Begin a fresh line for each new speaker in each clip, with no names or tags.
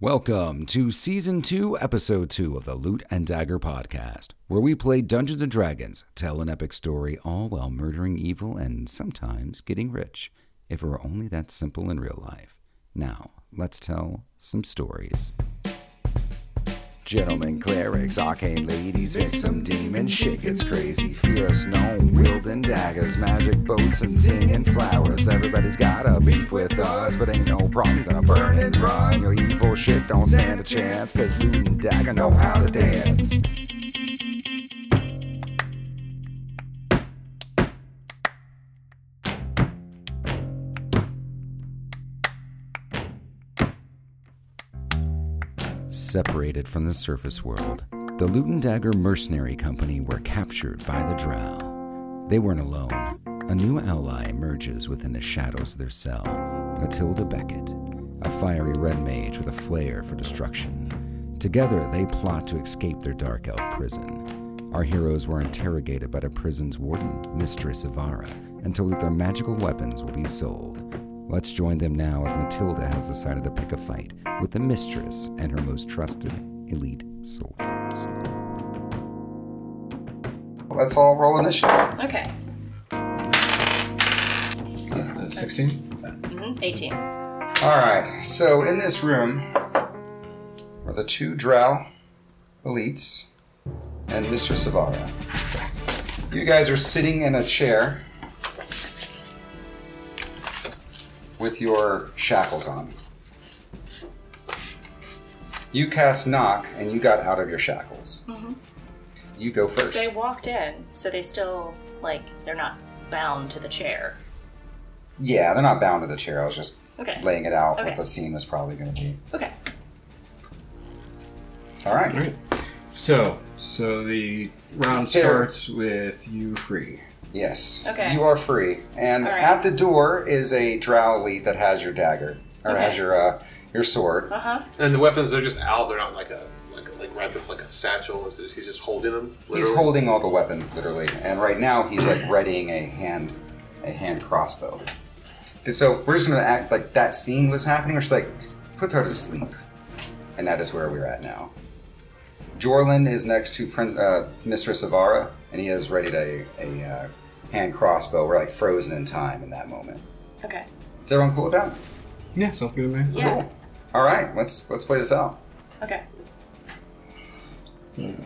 Welcome to Season 2, Episode 2 of the Loot and Dagger Podcast, where we play Dungeons and Dragons, tell an epic story, all while murdering evil and sometimes getting rich, if it were only that simple in real life. Now, let's tell some stories. Gentlemen, clerics, arcane ladies, with some demon shit gets crazy. Fierce gnome, wielding daggers, magic boats, and singing flowers. Everybody's got a beef with us, but ain't no problem. Gonna burn and run. Your evil shit don't stand a chance, cause loot and dagger know how to dance. Separated from the surface world, the Loot and Dagger Mercenary Company were captured by the Drow. They weren't alone. A new ally emerges within the shadows of their cell Matilda Beckett, a fiery red mage with a flair for destruction. Together, they plot to escape their Dark Elf prison. Our heroes were interrogated by the prison's warden, Mistress Ivara, and told that their magical weapons will be sold. Let's join them now as Matilda has decided to pick a fight with the mistress and her most trusted elite soldiers.
Let's all roll initiative.
Okay.
16.
hmm 18.
All right. So in this room are the two Drow elites and Mistress Savara. You guys are sitting in a chair with your shackles on. You cast knock and you got out of your shackles. You go first.
Mm-hmm. They walked in, so they still, like, they're not bound to the chair.
yeah, they're not bound to the chair. I was just
Okay.
laying it out
Okay.
what the scene was probably going to be.
Okay.
All right.
All right. So, so the round
Here.
starts with you free.
Yes.
Okay.
You are free. And
All right.
at the door is a drow elite that has your dagger or has
Okay.
your uh, your sword.
Uh huh.
And the weapons are just out. They're not like a like a, like wrapped up like a satchel. It's- He's just holding them. Literally.
He's holding all the weapons literally, and right now he's like readying a hand a hand crossbow. And so we're just gonna act like that scene was happening. We're just like put her to sleep, and that is where we're at now. Jorlin is next to Prin- uh, Mistress Avara, and he has readied a, a uh, hand crossbow. We're like frozen in time in that moment.
Okay.
Is everyone cool with that?
Yeah, sounds good to me.
Yeah.
Cool. All right, let's let's play this out.
Okay.
I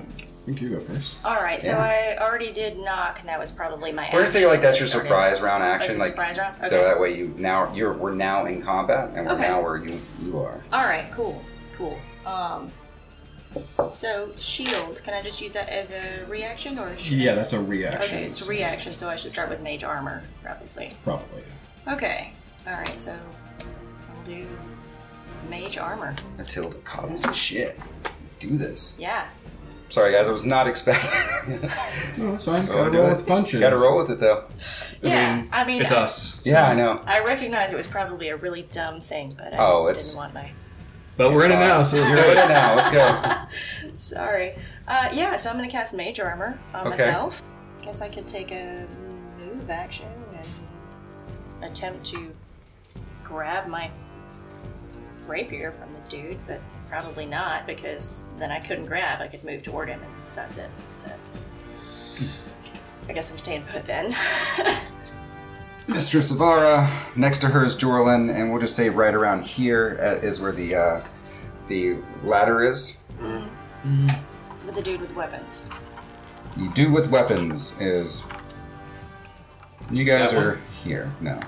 think you go first.
All right. So
Yeah.
I already did knock, and that was probably my.
We're gonna
action
say like that's your
when I started.
surprise round action,
a
like
surprise round?
so
Okay.
that way you now you're we're now in combat and we're
Okay.
now where you you are.
All right. Cool. Cool. Um. So shield. Can I just use that as a reaction or? Should
Yeah,
I-
that's a reaction.
Okay, it's a reaction, so I should start with mage armor probably.
Probably.
Okay. All right. So I'll do mage armor.
Matilda causing some shit. Let's do this.
Yeah.
Sorry guys, I was not expecting.
No, that's fine.
Wanna
Gotta
do
roll
it?
with punches.
Gotta roll with it though.
Yeah, I mean, uh,
it's
I-
us. so-
Yeah, I know.
I recognize it was probably a really dumb thing, but I
Oh,
just
it's-
didn't want my.
But we're in it
Sorry.
now, so it's
You're in
good.
it now. Let's go.
Sorry. Uh, yeah, so I'm going to cast Mage Armor on
Okay.
myself. Guess I could take a move action and attempt to grab my rapier from the dude, but probably not because then I couldn't grab. I could move toward him, and that's it. So I guess I'm staying put then.
Mistress Savara. Next to her is Jorlin, and we'll just say right around here uh, is where the uh, the ladder is.
with the dude with weapons.
You do with weapons is. You guys
That one?
are here. No.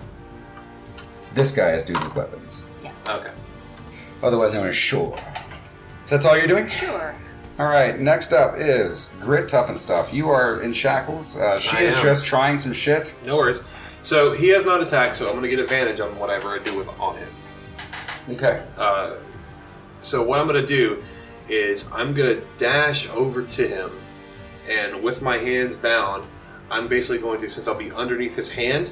This guy is dude with weapons.
Okay.
Otherwise known as Shore. So that's all you're doing?
Sure.
All right, next up is Grit Tough and Stuff. You are in shackles. Uh, she
I
is
am.
just trying some shit.
No worries. So he has not attacked. So I'm gonna get advantage on whatever I do with on him.
Okay.
Uh, so what I'm gonna do is I'm gonna dash over to him, and with my hands bound, I'm basically going to, since I'll be underneath his hand,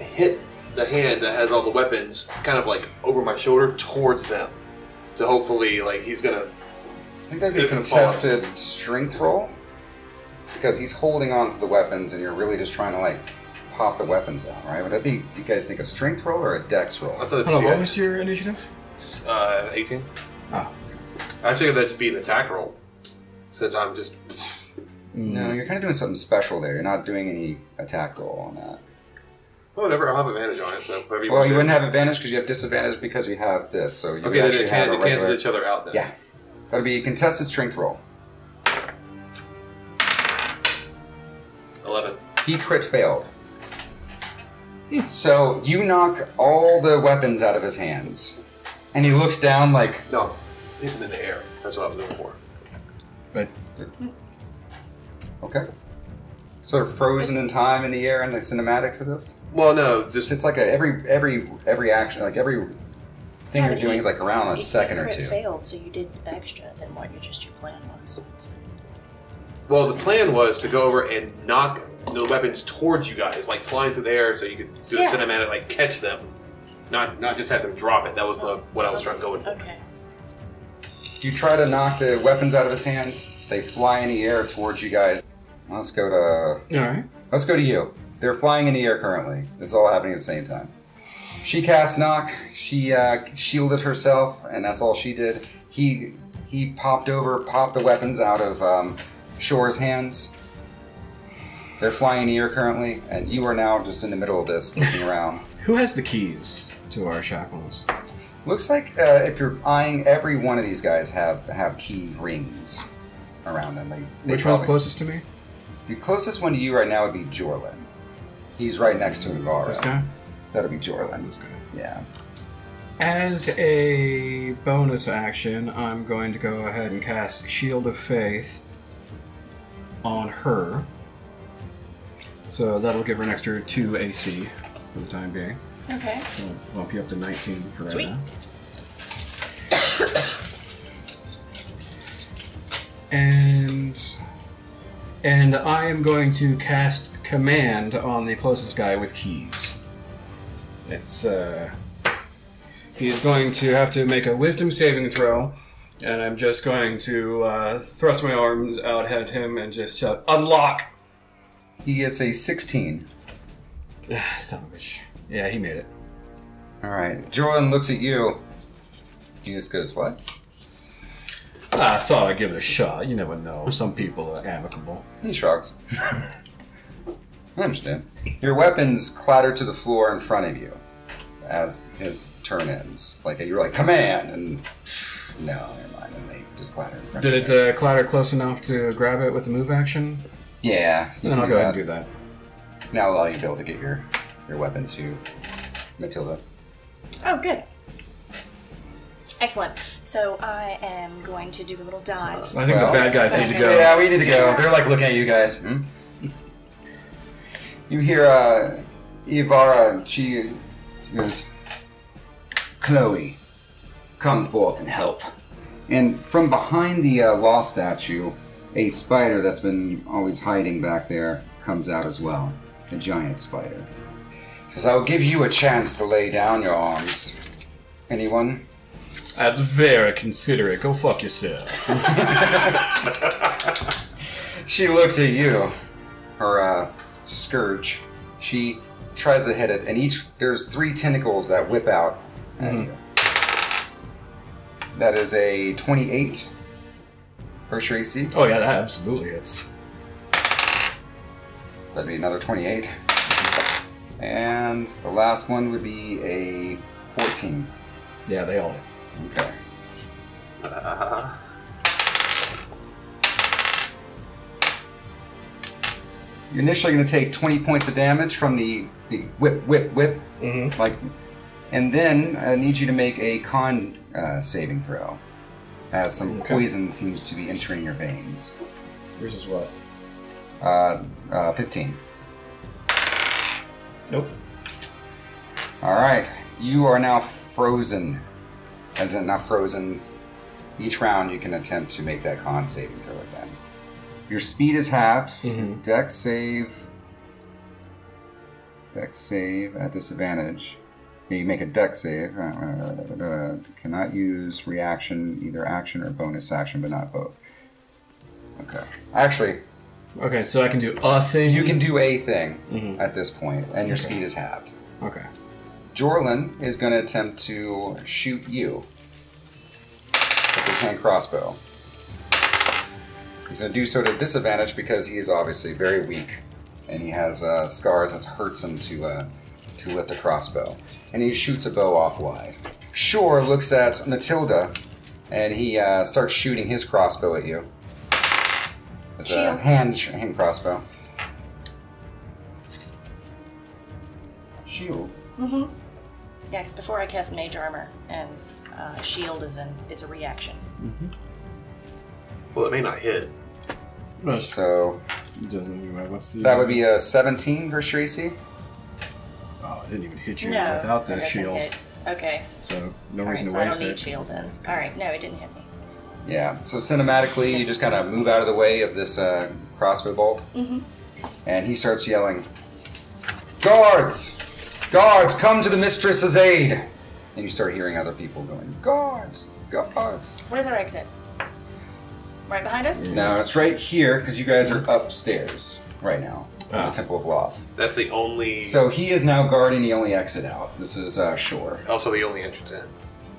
hit the hand that has all the weapons, kind of like over my shoulder towards them, to hopefully like he's gonna.
I think that'd be a
They're gonna fall.
contested strength roll. Because he's holding on to the weapons and you're really just trying to, like, pop the weapons out, right? Would that be, you guys think, a strength roll or a dex roll?
I thought
Hold on, what
it
was your initiative?
was uh, 18.
Ah,
I figured that'd just be an attack roll, since I'm just.
No,
Hmm.
you're kind of doing something special there. You're not doing any attack roll on that.
Well, never. I'll have advantage on it. So whatever
Well,
want
you
to do.
wouldn't have advantage because you have disadvantage because you have this. So you
Okay, then
actually
they,
have
can,
a
they cancel
regular-
each other out then.
Yeah, that'll be a contested strength roll.
Eleven.
He crit failed.
Hmm.
So you knock all the weapons out of his hands, and he looks down like
No, hit them in the air. That's what I was going for.
but
Okay. Sort of frozen in time in the air in the cinematics of this.
Well, no, just
Just it's like a, every every every action, like every thing
Yeah,
you're
but
doing
he-
is like around a
If
second
your
or
crit
two.
failed, so you did extra than what you just your plan was. So
Well, the plan was to go over and knock the weapons towards you guys, like flying through the air, so you could do
Yeah.
a cinematic, like catch them, not not just have them drop it. That was the what I was trying going for.
Okay.
You try to knock the weapons out of his hands. They fly in the air towards you guys. Let's go to
all right.
let's go to you. They're flying in the air currently. This is all happening at the same time. She cast knock. She uh, shielded herself, and that's all she did. He he popped over, popped the weapons out of um, Shore's hands. They're flying in the air currently, and you are now just in the middle of this, looking around.
Who has the keys to our shackles?
Looks like uh, if you're eyeing, every one of these guys have have key rings around them. They, they
Which one's
probably-
closest to me?
The closest one to you right now would be Jorlin. He's right next to Ivara.
This guy.
That'll be Jorlin.
This guy.
Yeah.
As a bonus action, I'm going to go ahead and cast Shield of Faith on her. So that'll give her an extra 2 AC for the time being.
Okay.
So I'll bump you up to 19 for
Sweet.
right now. And and I am going to cast command on the closest guy with keys. It's uh he's going to have to make a wisdom saving throw. And I'm just going to uh, thrust my arms out at him and just shout, "Unlock!"
He gets a 16.
Ah, Son of a bitch. Yeah, he made it.
All right. Jorlin looks at you. He just goes, "What?"
I thought I'd give it a shot. You never know. Some people are amicable.
He shrugs. I understand. Your weapons clatter to the floor in front of you as his turn ends. Like you're like, "Command!" and no, never mind. And they just clatter in front.
Did
of you
it
guys.
uh, clatter close enough to grab it with the move action?
Yeah. you
Then
can
I'll Oh, go ahead and do that.
Now allow you to be able to get your your weapon to Matilda.
Oh, good. Excellent. So I am going to do a little dive.
I think
Well-
the bad guys need to go.
Yeah, we need to go. They're like looking at you guys. Hmm? You hear uh, Ivara. She goes, Chloe, come forth and help. And from behind the uh, law statue, a spider that's been always hiding back there comes out as well. A giant spider. Because I'll give you a chance to lay down your arms. Anyone?
That's very considerate. Go fuck yourself.
She looks at you, her uh, scourge. She tries to hit it, and each there's three tentacles that whip out at you. That is a 28 for your AC.
Oh yeah, that absolutely hits.
That'd be another 28. And the last one would be a 14.
Yeah, they all. hit.
Okay.
Uh-huh.
You're initially going to take 20 points of damage from the, the whip, whip, whip. Mm-hmm. Like, and then I need you to make a con uh, saving throw, as some
Okay.
poison seems to be entering your veins.
Yours is what?
Uh, uh, 15.
Nope.
All right, you are now frozen. As in, not frozen. Each round, you can attempt to make that con saving throw again. Your speed is halved.
Mhm.
Deck save. Deck save at disadvantage. Yeah, you make a deck save. Uh, uh, uh, uh, cannot use reaction, either action or bonus action, but not both. Okay. Actually,
Okay, so I can do a thing.
you can do a thing at this point, and your speed is halved.
Okay.
Jorlin is going to attempt to shoot you. his hand crossbow. He's going to do so to disadvantage because he is obviously very weak, and he has uh, scars that hurts him to uh, to lift a crossbow. And he shoots a bow off wide. Shore looks at Matilda, and he uh, starts shooting his crossbow at you. It's a
Shield.
hand hand crossbow. Shield.
Yeah, 'cause before I cast mage armor, and uh, shield is an is a reaction.
Well, it may not hit.
No, it
So
doesn't even matter. What's the.
that would be a 17 for Shreesi.
Oh, it didn't even hit you
No,
without
it
that
doesn't
shield.
hit. Okay,
So, no
all right,
reason
so
to
I
waste
don't need
it.
shield then. All right, no, it didn't hit me.
Yeah. So cinematically, you just kind of move out of the way of this uh, crossbow bolt, and he starts yelling, "Guards! Guards! Come to the mistress's aid!" And you start hearing other people going, "Guards! Guards!"
Where's our exit? Right behind us.
Now it's right here because you guys are upstairs right now in
Ah.
the Temple of Law.
That's the only.
So he is now guarding the only exit out. This is uh, Shore.
also the only entrance in.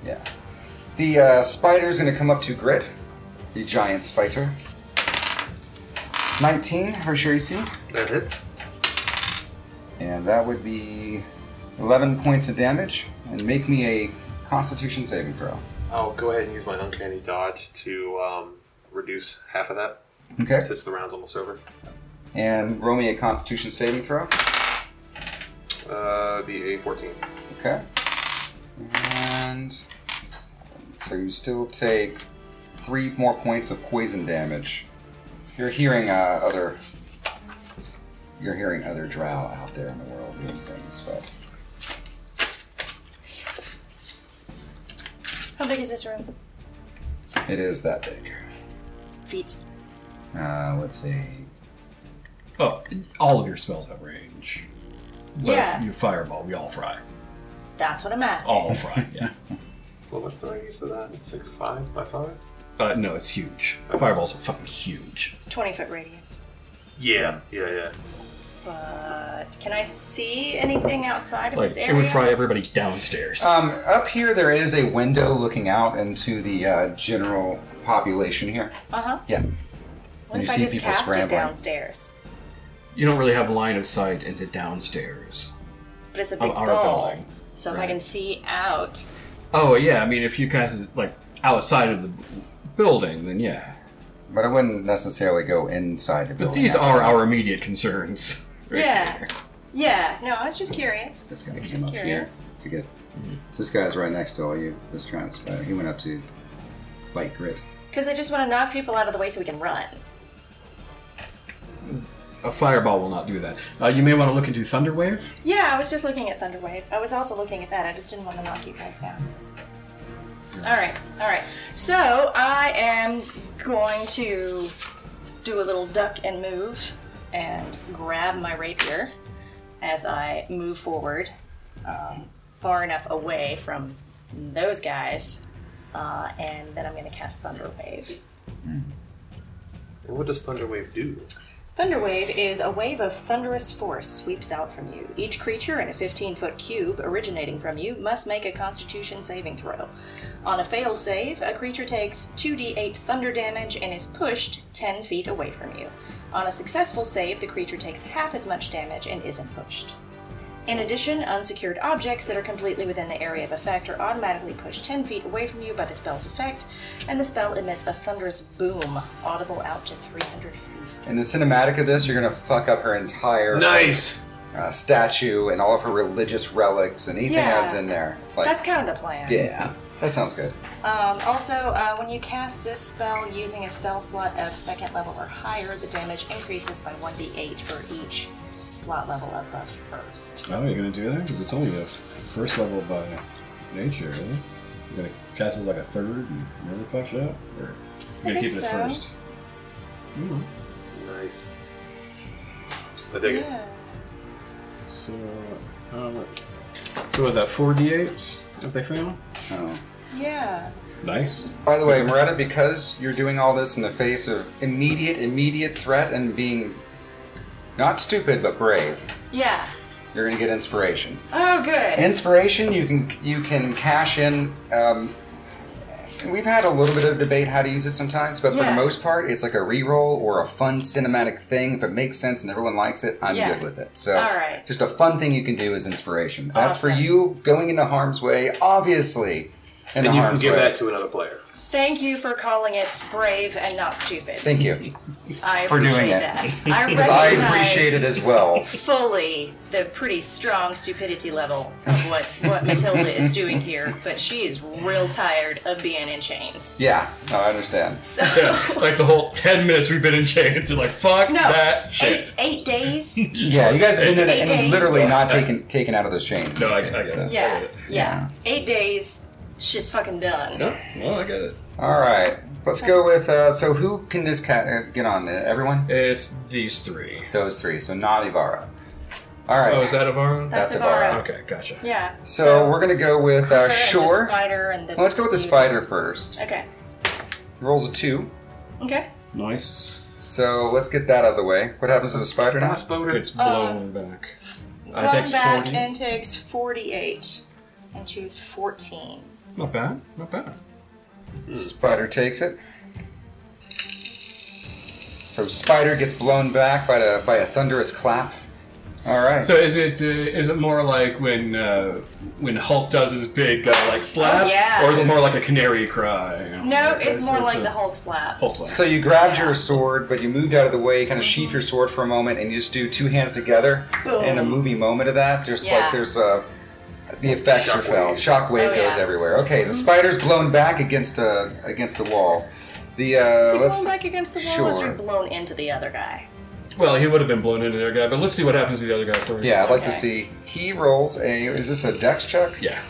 Yeah. The uh, spider's gonna come up to Grit, the giant spider. 19 for Shirisi.
That hits.
And that would be 11 points of damage. And make me a constitution saving throw.
I'll go ahead and use my uncanny dodge to um, reduce half of that
Okay.
since the round's almost over.
And roll me a constitution saving throw.
Uh, the A14.
Okay. And. So you still take three more points of poison damage. You're hearing uh, other. You're hearing other drow out there in the world doing things, but.
How big is this room?
It is that big.
Feet.
Uh, let's see.
Oh, all of your spells have range. But
Yeah.
Your fireball, we all fry.
That's what I'm asking.
All fry, yeah.
Well, what's the radius of that? It's like 5 by 5?
Uh, no, it's huge. Fireballs are fucking huge.
Twenty foot radius.
Yeah, yeah, yeah.
But can I see anything outside of
Like,
this area?
it would fry everybody downstairs.
Um, up here, there is a window looking out into the uh, general population here.
Uh huh.
Yeah.
What
And
if
you
I
see
just
people
cast
scrambling.
it downstairs?
you don't really have line of sight into downstairs.
But it's a
Of
big
Oh, our
ball.
building.
So if I
Right.
can see out,
Oh, yeah, I mean, if you guys, like, outside of the building, then yeah.
But I wouldn't necessarily go inside the
But
building.
these
I-
are our immediate concerns. right
Yeah.
here.
yeah. No, I was just curious.
This guy
Just
came up
curious.
here to get. So this guy's right next to all you. This giant spider. He went up to bite grit.
Because I just want to knock people out of the way so we can run.
A fireball will not do that. Uh, you may want to look into Thunderwave.
Yeah, I was just looking at Thunderwave. I was also looking at that. I just didn't want to knock you guys down. All right, all right. So I am going to do a little duck and move and grab my rapier as I move forward um, far enough away from those guys. Uh, and then I'm going to cast Thunderwave.
And what does Thunderwave do?
Thunderwave is a wave of thunderous force sweeps out from you. Each creature in a 15 foot cube originating from you must make a constitution saving throw. On a failed save, a creature takes 2d8 thunder damage and is pushed 10 feet away from you. On a successful save, the creature takes half as much damage and isn't pushed. In addition, unsecured objects that are completely within the area of effect are automatically pushed 10 feet away from you by the spell's effect, and the spell emits a thunderous boom audible out to 300 feet.
In the cinematic of this, you're gonna fuck up her entire
Nice!
uh, statue and all of her religious relics and anything
Yeah.
else in there. Like,
That's kind of the plan.
yeah, that sounds good.
Um, also, uh, when you cast this spell using a spell slot of second level or higher, the damage increases by 1d8 for each slot level above first.
Oh, you're gonna do that because it's only the first level by nature. Isn't it? You're gonna cast it like a third and never fuck shit up, or you're gonna
think
keep it as
so.
first.
Hmm.
Mm.
Nice. I dig it.
So, um, so was that four d8s if they fail?
Oh.
Yeah.
Nice.
By the way, Moretta, because you're doing all this in the face of immediate, immediate threat and being not stupid but brave,
Yeah.
you're gonna get inspiration.
Oh, good.
Inspiration, you can you can cash in um, We've had a little bit of debate how to use it sometimes, but for
Yeah.
the most part, it's like a reroll or a fun cinematic thing. If it makes sense and everyone likes it, I'm
Yeah.
good with it. So,
All right.
just a fun thing you can do is inspiration. That's for
Awesome.
you going into harm's way, obviously. In
And
the
you can
harm's
give
way.
that to another player.
Thank you for calling it brave and not stupid.
Thank you,
I
for doing
appreciate
it.
that. I
because I
recognize
appreciate it as well.
fully the pretty strong stupidity level of what what Matilda is doing here, but she is real tired of being in chains.
Yeah, no, I understand.
So
Yeah, like the whole 10 minutes we've been in chains, you're like, fuck
no,
that
eight,
shit.
eight days.
Yeah, you guys have been in it
Eight
and
days.
literally not taken taken out of those chains.
No, I, I get it. I get
Yeah,
it.
yeah, eight days. She's fucking done.
No, no, I get it.
All right, let's go with. Uh, so, who can this cat uh, get on? Uh, everyone,
It's these three.
those three. So, not Ivara. All right.
Oh, is that Avaro?
That's,
That's
Avaro.
Avaro.
Okay, gotcha.
Yeah.
so, we're gonna go with uh,
her and the
Shore.
spider and the
Well, let's go with the spider first.
Okay.
Rolls a two.
Okay.
Nice.
So let's get that out of the way. What happens to the spider now?
It's blown back. I
Run
takes
Uh, back
40.
and takes 48 and choose 14.
Not bad, not bad. Hmm.
Spider takes it. So spider gets blown back by a by a thunderous clap. All right.
So is it uh, is it more like when uh, when Hulk does his big uh, like slap,
Oh, yeah.
or is it more like a canary cry? you know?
No,
Like,
it's more like
a
the Hulk slap.
Hulk slap.
So you grabbed your sword, but you moved out of the way,
Mm-hmm.
kind of sheath your sword for a moment, and you just do two hands together
Boom.
and a movie moment of that. Just
Yeah.
like there's a. The effects are felt. Shockwave
Oh,
goes
yeah.
everywhere. Okay, the spider's blown back against a against the wall. The uh,
Is he
let's
blown back against the wall or is he
Sure.
blown into the other guy?
Well, he would have been blown into the other guy, but let's see what happens to the other guy first.
yeah, I'd like to
Okay.
see. He rolls a. Is this a dex check?
Yeah.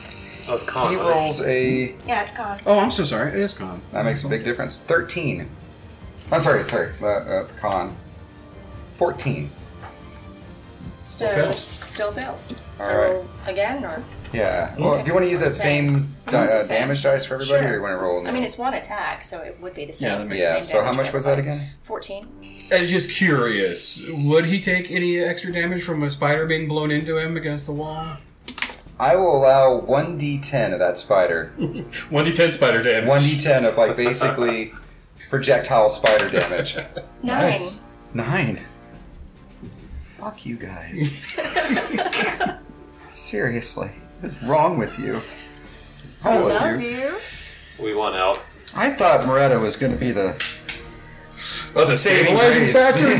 That was con.
He
wasn't it?
rolls a.
Yeah, it's gone.
Oh, I'm so sorry. It is gone.
That makes a big difference. 13. I'm sorry, sorry, uh, uh, con. 14.
So
fails.
it still fails.
All
so again, or
Yeah. Well, do you want to use that same di-
Use the
uh,
same.
damage dice for everybody,
Sure.
or you want to roll?
I mean, it's one attack, so it would be the same.
Yeah, that makes
yeah.
same
So how
damage,
much
but
was that again?
Fourteen.
I was just curious. Would he take any extra damage from a spider being blown into him against the wall?
I will allow one d10 of that spider.
One d ten spider damage.
One d10 of like basically projectile spider damage.
Nine.
Nice.
Nine. Fuck you guys. Seriously, what's wrong with you? I love, you.
you.
We won out.
I thought Moretta was going to be the
Oh, the
Saving
stabilizing
grace.
factor?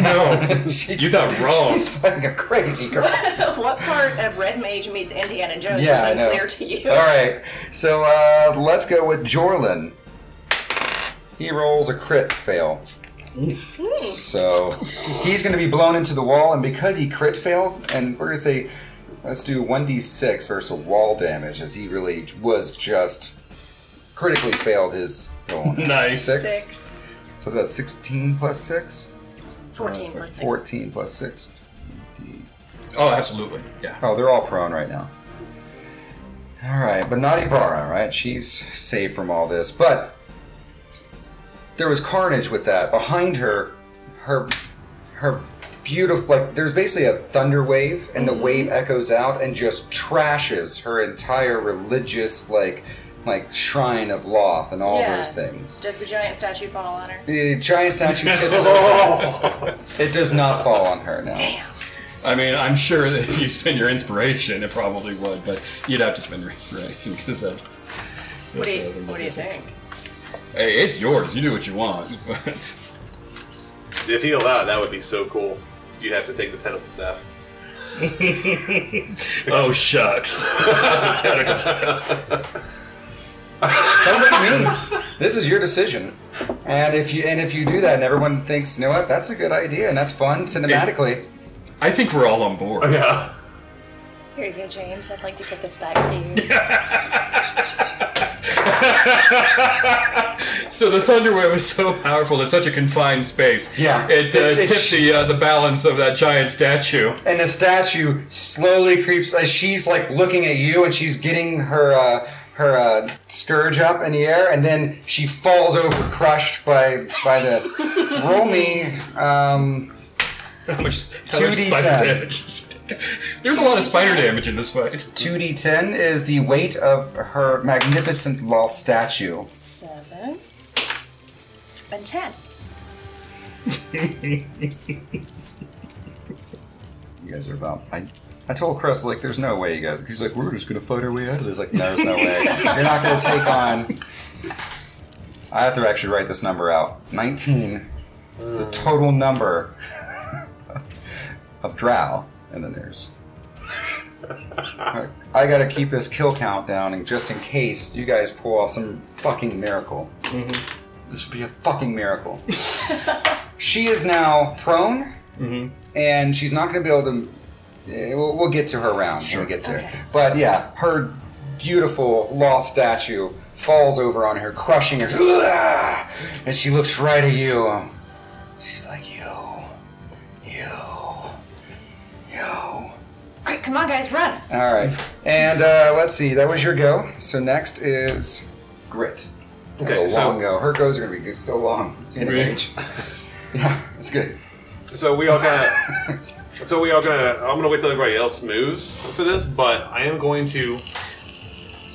No.
She-
You thought wrong.
She's playing a crazy girl.
what part of Red Mage meets Indiana Jones
Yeah, I
is
know.
unclear to you?
All right, so uh, let's go with Jorlin. He rolls a crit fail.
Mm.
So he's going to be blown into the wall, and because he crit failed, and we're going to say, let's do 1d6 versus wall damage, as he really was just critically failed his roll.
Nice.
Six.
Six.
So is that 16 plus 6?
Fourteen plus six.
14 plus 6.
Oh, absolutely. Yeah.
Oh, they're all prone right now. All right, but not Ivara, right? She's safe from all this. But there was carnage with that. Behind her, her, her beautiful. Like there's basically a thunder wave, and the wave echoes out and just trashes her entire religious like, like shrine of Loth and all
Yeah.
those things.
Does the giant statue fall on her?
The giant statue tips over. It does not fall on her now.
Damn.
I mean, I'm sure that if you spend your inspiration, it probably would, but you'd have to spend your inspiration uh, because that.
What do you, what do you think?
Hey, it's yours. You do what you want. But
If he allowed, that would be so cool. You'd have to take the tentacle staff.
oh shucks.
Tell them what it means. This is your decision. And if you and if you do that, and everyone thinks, you know what, that's a good idea, and that's fun cinematically.
I think we're all on board.
Yeah.
Here you go, James. I'd like to give this back to you.
So the thunderwave was so powerful in such a confined space.
Yeah.
it, uh,
It- it
tipped
sh-
the uh, the balance of that giant statue.
And the statue slowly creeps as she's like looking at you, and she's getting her uh, her uh, scourge up in the air, and then she falls over, crushed by by this. Roll me. Um,
How much how much
2d10.
spider damage? There's a lot of spider damage in this fight.
2d10 is the weight of her magnificent loth statue.
Seven. Been ten.
You guys are about. I, I told Kress like, there's no way you guys. He's like, we're just gonna fight our way out of this. Like, no, there's no way. You're not gonna take on. I have to actually write this number out. 19 is the total number of drow, and then there's. I gotta keep this kill count down, and just in case you guys pull off some fucking miracle, this would be a fucking miracle. she is now prone
Mm-hmm.
and she's not going to be able to. eh, We'll, we'll get to her round. We'll get to her. But yeah, her beautiful lost statue falls over on her, crushing her. "Ugh!" And she looks right at you. She's like, "You, you, you."
Alright, come on guys, run!
All right. And uh, let's see. That was your go. So next is grit.
Okay,
A
so-
long go. Her goes are going to be so long. In
Really?
age. yeah, that's good.
So we all kind of. so we all gonna. I'm gonna wait till everybody else moves for this, but I am going to.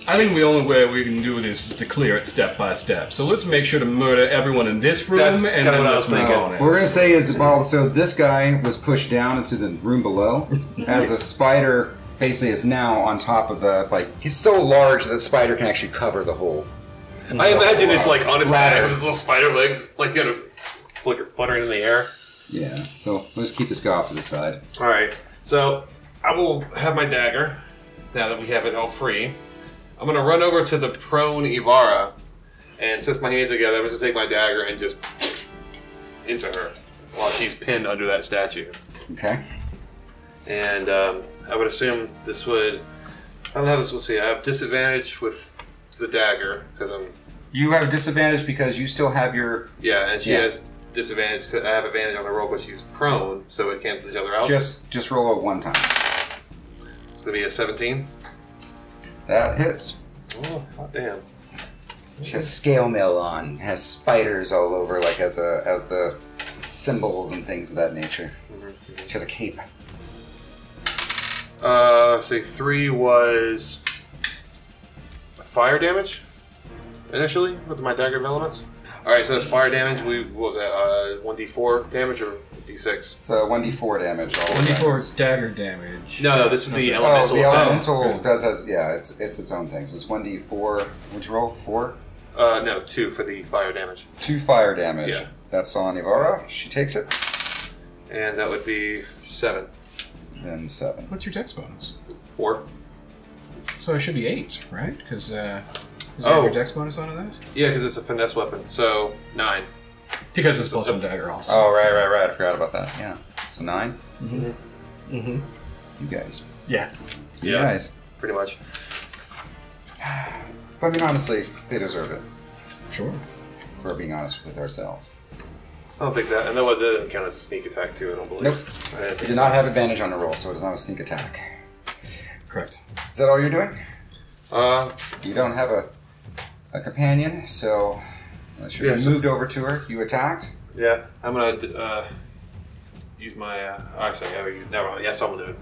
I think the only way we can do this is to clear it step by step. So let's make sure to murder everyone in this room
That's
and
kinda
then
what I
let's
was
move
thinking.
on.
What
It.
we're gonna say is well, so this guy was pushed down into the room below, as the spider basically is now on top of the like. He's so large that the spider can actually cover the whole.
I imagine it's like on its back
Ladder.
with its little spider legs, like kind of flicker, fluttering in the air.
Yeah. So let's keep this guy off to the side.
All right. So I will have my dagger now that we have it all free. I'm gonna run over to the prone Ivara, and since my hands are together, I'm just gonna take my dagger and just into her while she's pinned under that statue.
Okay.
And um, I would assume this would. I don't know how this will see. I have disadvantage with the dagger because I'm.
You have a disadvantage because you still have your
Yeah, and she
Yeah.
has disadvantage. 'cause I have advantage on the roll, but she's prone, so it cancels each other out.
just just roll it one time.
It's gonna be a 17.
That hits.
Oh, hot damn.
She has scale mail on, has spiders all over, like as a as the symbols and things of that nature. She has a cape.
Uh, say three was fire damage initially with my dagger of elements. All right, so that's fire damage. We what was that? Uh, one d four damage or d six?
So one d four damage. All
One
of
d
that.
four is dagger damage.
No, no, this is the
Oh,
Oh,
elemental.
the
effect.
elemental
okay.
does has yeah, it's it's its own thing. So it's one d four. Would you roll four?
Uh, no, two for the fire damage,
Two fire damage.
Yeah.
That's on Ivara. She takes it.
and that would be seven,
Then seven.
What's your dex bonus?
four.
So it should be eight, right? Because uh, is
Oh.
that your dex bonus on that?
Yeah, because it's a finesse weapon. So nine.
Because it's plus one dagger also.
Oh right, right, right. I forgot about that. Yeah. So nine.
Mm-hmm.
You guys.
Yeah.
You
Yeah.
guys.
Pretty much.
But I mean, honestly, they deserve it.
Sure.
If we're being honest with ourselves.
I don't think that. I know what that doesn't count as a sneak attack too. I don't believe.
Nope.
I didn't
You
think
do
so.
not have advantage on a roll, so it is not a sneak attack.
Correct.
Is that all you're doing?
Uh,
You don't have a a companion, so unless you
Yeah, so-
moved over to her, you attacked.
Yeah, I'm gonna d- uh, use my. Uh, oh, actually, I gotta use. Never mind. Yes, I'm gonna do it.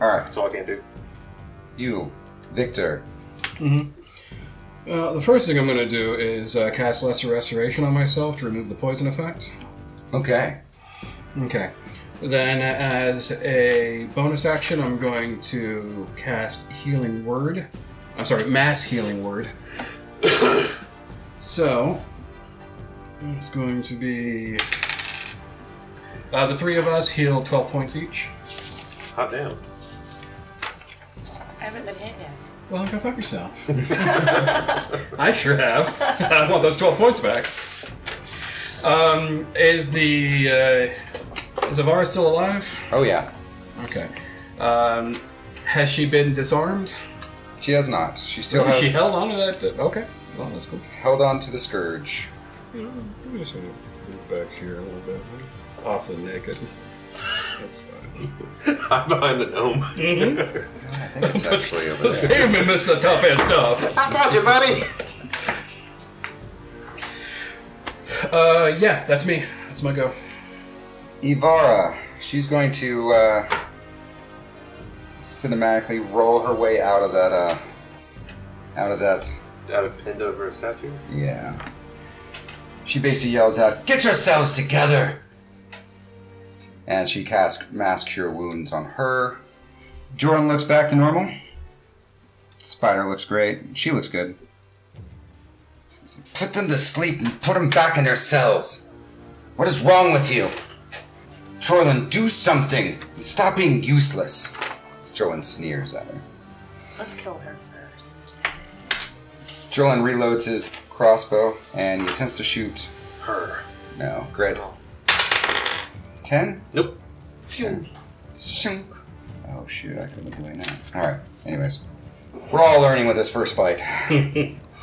All right.
That's all I can do.
You, Victor.
Uh, the first thing I'm going to do is uh, cast Lesser Restoration on myself to remove the poison effect.
Okay.
Okay. Then, as a bonus action, I'm going to cast Healing Word. I'm sorry, Mass Healing Word. so, it's going to be. Uh, the three of us heal 12 points each.
Hot damn.
I haven't been hit yet.
Well, go fuck yourself. I sure have. I want those 12 points back. Um, is the. Uh, is Avara still alive?
Oh yeah.
Okay. Um, has she been disarmed?
She has not. She still
she
has
held on to that. okay. Well, that's cool.
held on to the scourge.
I'm just gonna move back here a little bit. Off the naked.
I'm behind the gnome.
I think it's actually over
Let's
there.
see him in Mr. Tough End stuff.
I got you, buddy.
Uh, yeah, that's me. That's my go.
Ivara, she's going to uh, cinematically roll her way out of that. Uh, out of that.
I pinned over a statue.
Yeah. she basically yells out, "Get yourselves together!" And she casts mass cure wounds on her. Jordan looks back to normal. Spider looks great. She looks good. Put them to sleep and put them back in their cells. What is wrong with you? Jordan, do something. Stop being useless. Jordan sneers at her.
Let's kill her first.
Jordan reloads his crossbow and he attempts to shoot.
Her.
No, Grit. Ten?
Nope.
Phew. Shunk. Oh shoot, I couldn't look away now. Alright, anyways. We're all learning with this first fight.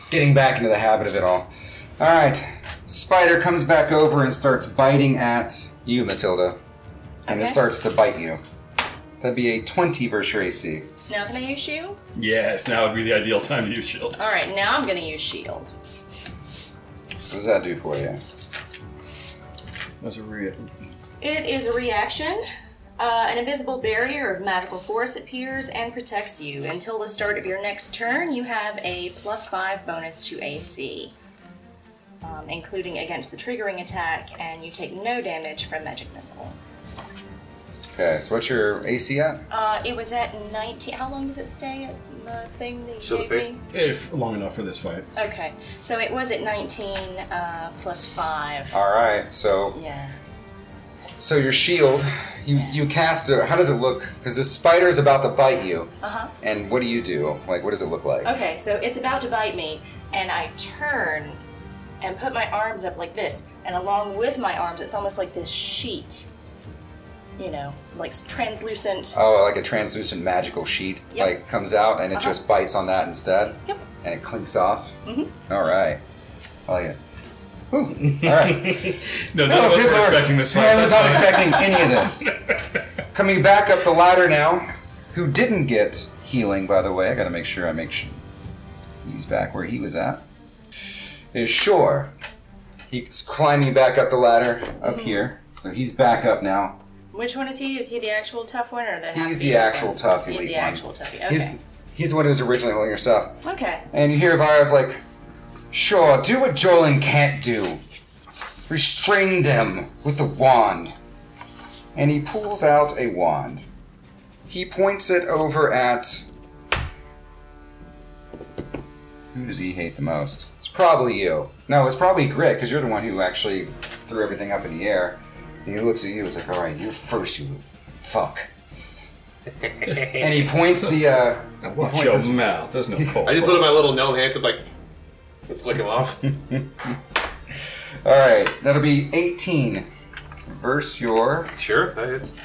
Getting back into the habit of it all. Alright. Spider comes back over and starts biting at you, Matilda. And it
Okay.
starts to bite you. That'd be a 20 versus your AC.
Now can I use shield?
Yes, now would be the ideal time to use shield.
All right, now I'm gonna use shield.
What does that do for you?
That's a real.
It is a reaction. Uh, an invisible barrier of magical force appears and protects you. Until the start of your next turn, you have a plus 5 bonus to AC, um, including against the triggering attack, and you take no damage from Magic Missile.
Okay, so what's your AC at?
Uh, it was at 19. How long does it stay at the thing that you
Shield of
gave
Faith?
me?
If long enough for this fight.
Okay, so it was at 19 uh, plus 5.
Alright, so
Yeah.
So your shield, you you cast it. How does it look? Because the spider is about to bite you.
Uh huh.
And what do you do? Like, what does it look like?
Okay, so it's about to bite me, and I turn and put my arms up like this, and along with my arms, it's almost like this sheet, you know, like s- translucent.
Oh, like a translucent magical sheet,
Yep.
like comes out and it
Uh-huh.
just bites on that instead,
Yep.
and it clinks off.
Mhm.
All right, I like it. Whew. All right.
No, none of us
good
were
lord.
expecting this
I
fight.
was not expecting any of this. Coming back up the ladder now, who didn't get healing, by the way. I gotta make sure I make sure he's back where he was at. Is Shore. He's climbing back up the ladder up
Mm-hmm.
here. So he's back up now.
Which one is he? Is he the actual tough one or the?
He's
happy
the
one?
actual tough
He's
elite
the
one.
actual toughie. Okay.
He's he's the one who was originally holding your stuff.
okay.
And you hear Vara's like, Sure, do what Jolin can't do. Restrain them with the wand. And he pulls out a wand. He points it over at. Who does he hate the most? It's probably you. No, it's probably Grit, because you're the one who actually threw everything up in the air. And he looks at you, he's like, Alright, you first, you fuck. and he points the, uh.
Watch
points
your
his-
mouth. There's no cold.
I just put up my little gnome hands and like, let's lick him off.
All right, that'll be 18 versus your
sure, that hits.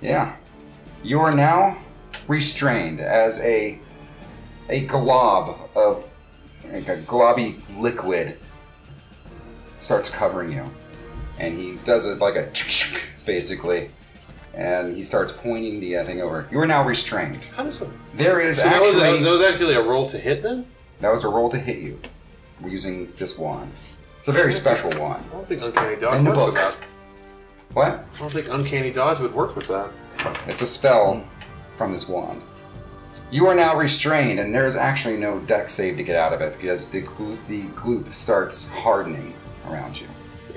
yeah. You are now restrained as a a glob of like a globby liquid starts covering you, and he does it like a basically, and he starts pointing the uh, thing over. You are now restrained.
How does it?
There is
So that
actually
was, that was- that was actually a roll to hit then?
that was a roll to hit you using this wand. It's a very special wand.
I don't think Uncanny Dodge
In the
worked with
book.
that.
What?
I don't think Uncanny Dodge would work with that.
It's a spell from this wand. You are now restrained, and there is actually no deck save to get out of it because the, glo- the gloop starts hardening around you.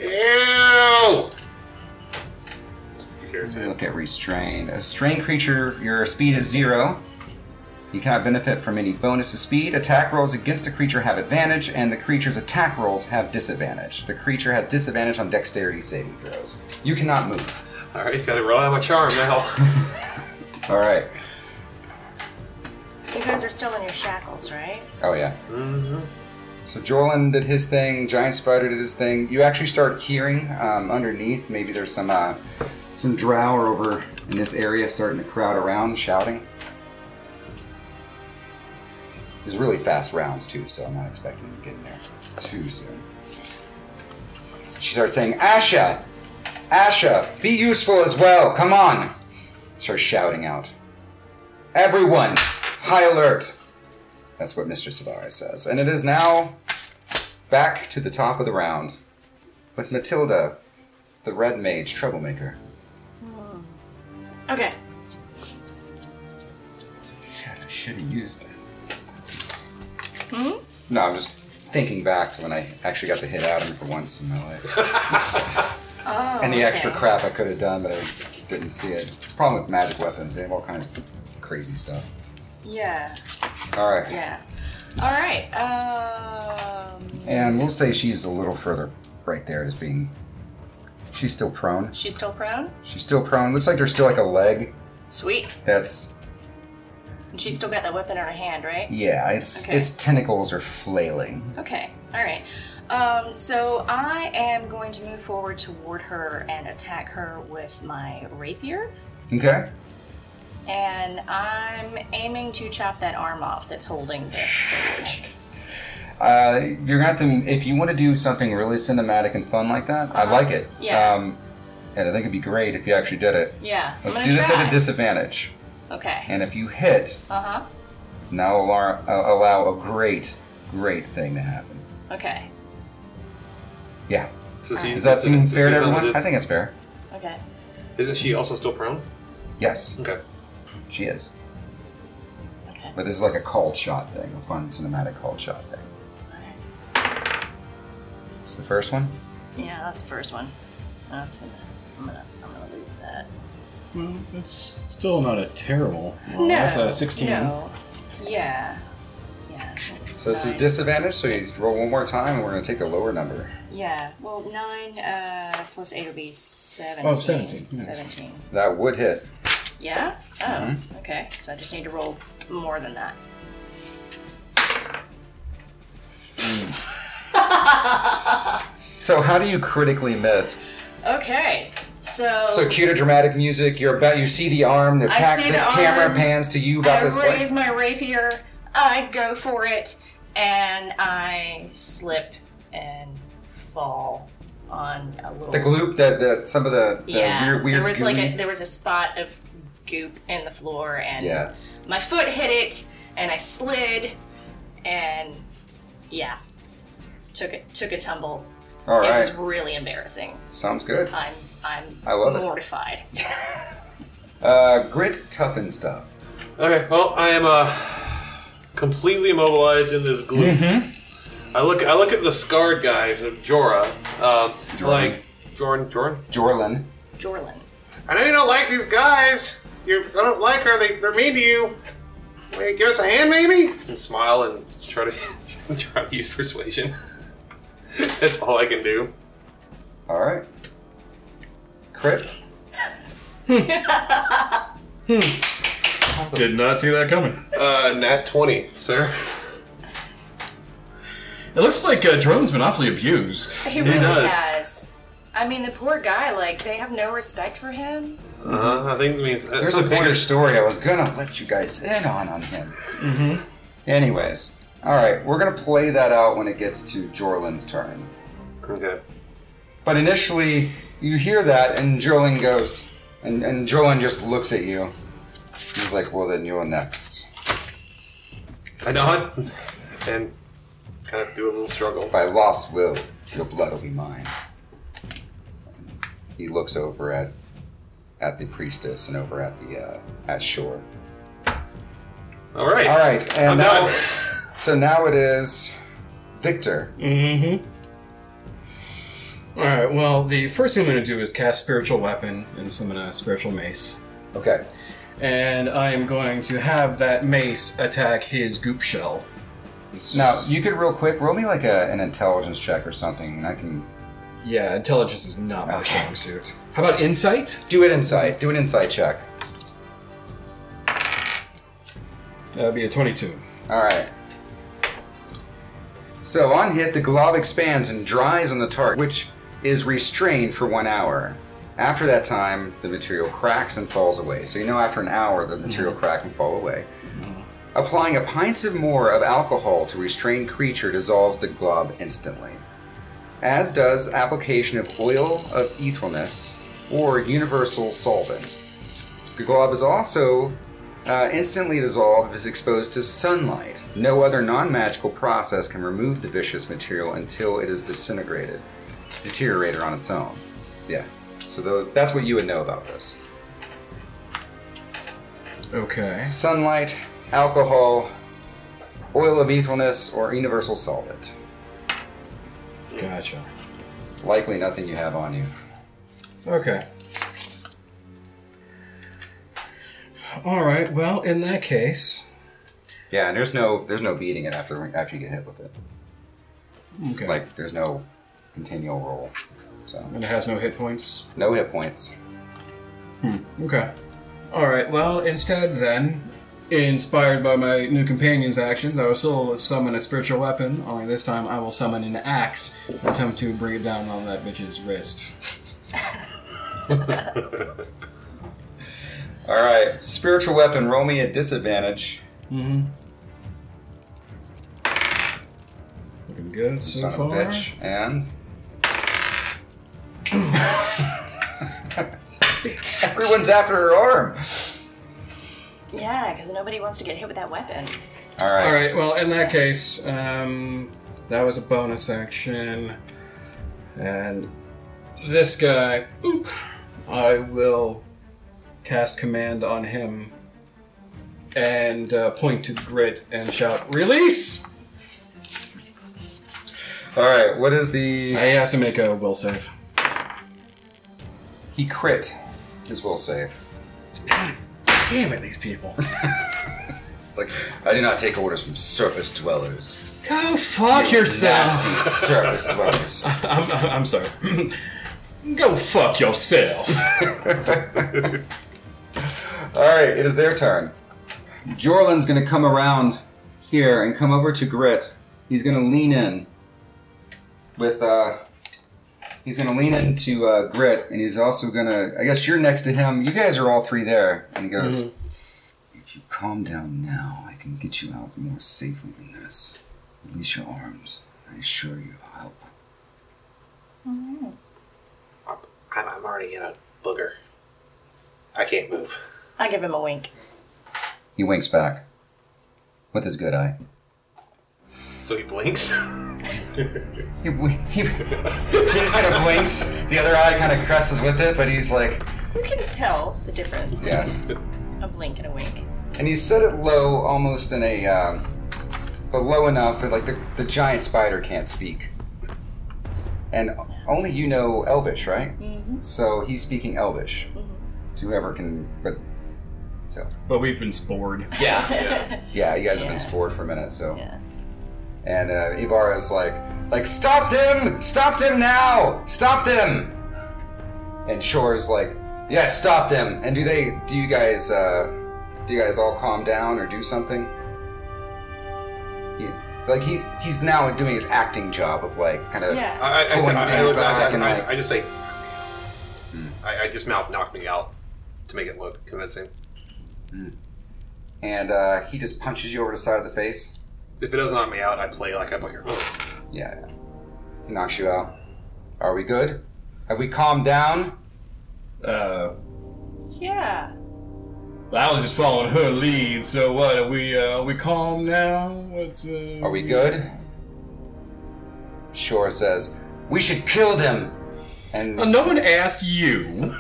Ew! Here's
So
it.
look at restrained. A strained creature, your speed is zero. You cannot benefit from any bonus to speed. Attack rolls against the creature have advantage, and the creature's attack rolls have disadvantage. The creature has disadvantage on dexterity saving throws. You cannot move.
All right, gotta roll out my charm now.
All right.
You guys are still in your shackles, right?
Oh yeah.
mm-hmm.
So Jorlin did his thing. Giant Spider did his thing. You actually start hearing um, underneath. Maybe there's some uh, some drow or over in this area starting to crowd around, shouting. There's really fast rounds too, so I'm not expecting to get in there too soon. She starts saying, "Asha, Asha, be useful as well. Come on!" Starts shouting out, "Everyone, high alert!" That's what Mr. Savara says. And it is now back to the top of the round with Matilda, the red mage troublemaker.
Okay.
Should have used it.
Hmm?
No, I'm just thinking back to when I actually got to hit Adam for once in my life.
Oh,
Any
okay.
extra crap I could have done, but I didn't see it. It's a problem with magic weapons. They have all kinds of crazy stuff.
Yeah,
All right.
yeah. All right. Um,
And we'll say she's a little further right there as being. She's still prone.
she's still prone.
She's still prone. Looks like there's still like a leg
Sweet.
that's.
And she's still got that weapon in her hand, right?
Yeah, it's
Okay.
its tentacles are flailing.
Okay. All right. Um, so I am going to move forward toward her and attack her with my rapier,
Okay.
and I'm aiming to chop that arm off that's holding the scourge.
Uh, you're gonna have to if you want to do something really cinematic and fun like that. I
Uh-huh.
like it.
Yeah.
Um, and I think it'd be great if you actually did it.
Yeah.
Let's
I'm
do
gonna
this
try.
at a disadvantage.
Okay.
And if you hit,
Uh huh.
now allow, uh, allow a great, great thing to happen.
Okay.
Yeah.
So she's-
Does that seem
so
fair to
she's on the
everyone? I
dis-
think it's fair.
Okay.
Isn't she also still prone?
Yes,
Okay.
she is.
Okay.
But this is like a called shot thing, a fun cinematic called shot thing.
Alright.
It's the first one.
Yeah, that's the first one. That's in I'm gonna I'm gonna lose that.
Well, that's still not a terrible. Well,
no,
That's a 16.
No. Yeah. Yeah.
So this is
Nine.
disadvantage. So you roll one more time, and we're gonna take the lower number.
Yeah. Well, nine uh, plus eight will be seventeen.
Oh,
17, yeah.
Seventeen.
That would hit.
Yeah. Oh.
Mm-hmm.
Okay. So I just need to roll more than that.
So how do you critically miss
Okay. So.
So cue to dramatic music. You're about. You see the arm. The,
I
pack,
see
the,
the
camera
arm.
pans to you about
I
this.
raise
Like,
my rapier. I go for it, and I slip and fall on a little.
the gloop. The the some of the, the
yeah,
weird weird.
there was like a,
gooey-
there was a spot of goop in the floor, and
yeah.
my foot hit it, and I slid, and yeah, took a took a tumble.
All
it Uh,
right.
was really embarrassing.
Sounds good.
I'm I'm
I love it.
mortified.
Uh, grit, tough, and stuff.
Okay. Well, I am uh, completely immobilized in this gloom.
Mm-hmm.
I look. I look at the scarred guy, so Jorah. Um,
Jorah.
Like Jordan. Jordan.
Jorlin.
Jorlin.
I know you don't like these guys. You I don't like her. They, they're mean to you. Wait, give us a hand, maybe. And smile and try to try to use persuasion. That's all I can do.
All right. Crit.
Did not see that coming.
Uh, nat twenty, sir.
It looks like uh, Jordan's been awfully abused.
He really
does.
has. I mean, the poor guy. Like they have no respect for him.
Uh, I think it means at
There's
some
a
point
bigger story I was gonna let you guys in on on him. Mm-hmm. Anyways, all right, we're gonna play that out when it gets to Jorlin's turn.
Okay.
But initially, you hear that, and Jolin goes, and, and Jolin just looks at you. He's like, well, then you're next.
I nod and kind of do a little struggle.
By lost will, your blood will be mine. He looks over at at the priestess and over at the uh, at shore.
All right.
All right,
I'm
and now,
done.
so now it is Victor.
Mm-hmm. All right. Well, the first thing I'm going to do is cast spiritual weapon and summon a spiritual mace,
Okay,
and I am going to have that mace attack his goop shell.
now you could real quick roll me like a, an intelligence check or something, and I can
Yeah, intelligence is not my
Okay.
strong suit. How about insight?
do it inside. Do an inside check.
That would be a 22.
All right. So on hit, the glob expands and dries on the target, which is restrained for one hour. After that time, the material cracks and falls away. So you know, after an hour, the material crack and fall away. Applying a pint or more of alcohol to restrained creature dissolves the glob instantly, as does application of oil of etheralness or universal solvent. The glob is also uh, instantly dissolved if it's exposed to sunlight. No other non magical process can remove the vicious material until it is disintegrated, deteriorated on its own. Yeah. So those, that's what you would know about this
Okay.
sunlight, alcohol, oil of etheralness, or universal solvent.
Gotcha.
Likely nothing you have on you.
Okay. All right. Well, in that case,
Yeah, and there's no there's no beating it after after you get hit with it.
okay.
Like there's no continual roll. So
and it has no hit points.
no hit points.
Okay. All right. Well, instead, then, inspired by my new companion's actions, I will still summon a spiritual weapon. Only this time, I will summon an axe and attempt to bring it down on that bitch's wrist.
All right, spiritual weapon. Roll me at disadvantage.
Mm-hmm. Looking good so
Son of a
far.
bitch. And everyone's after her arm.
Yeah, because nobody wants to get hit with that weapon.
All right.
All right. Well, in that case, um, that was a bonus action, and this guy, boop, I will cast command on him and uh, point to Grit and shout, "Release!"
All right. What is the?
He has to make a will save.
He crit. His will save.
Damn it, these people!
It's like I do not take orders from surface dwellers.
Go fuck yourself.
Nasty surface dwellers.
I'm, I'm sorry. Go fuck yourself.
All right, it is their turn. Jorlan's gonna come around here and come over to Grit. He's gonna lean in with uh, he's gonna lean into uh, Grit, and he's also gonna. I guess you're next to him. You guys are all three there, and he goes. If you calm down now, I can get you out more safely than this. Release your arms. I assure you, I'll help.
I'm, I'm already in a booger. I can't move.
I give him a wink.
He winks back with his good eye.
So he blinks.
He, he, he kind of blinks. The other eye kind of cresses with it, but he's like,
You can tell the difference between
yes.
a blink and a wink.
And he said it low, almost in a, um, but low enough that like the, the giant spider can't speak. And only you know Elvish, right? Mm-hmm. So he's speaking Elvish. To whoever can, but so
But we've been spored.
yeah, you guys have been spored for a minute, so.
Yeah.
And uh, Ivara's like, like, stop them! Stop them now! Stop them! And Shore's like, yeah, stop them. And do they? Do you guys? Uh, do you guys all calm down or do something? Yeah. Like he's he's now doing his acting job of like kind of
Yeah.
I, I, I,
Pulling
I, I,
things
I- I-
back and
I-
like- Hmm.
I just say, I, I just mouth knock me out to make it look convincing.
and uh, he just punches you over the side of the face.
If it doesn't knock me out, I play like I'm like,
Yeah, yeah. He knocks you out. Are we good? Have we calmed down?
Uh,
Yeah.
I was just following her lead. So what? Are we uh, are we calm now? What's uh,
Are we good? Shore says, "We should kill them." And
Oh,
Uh, no one asked you.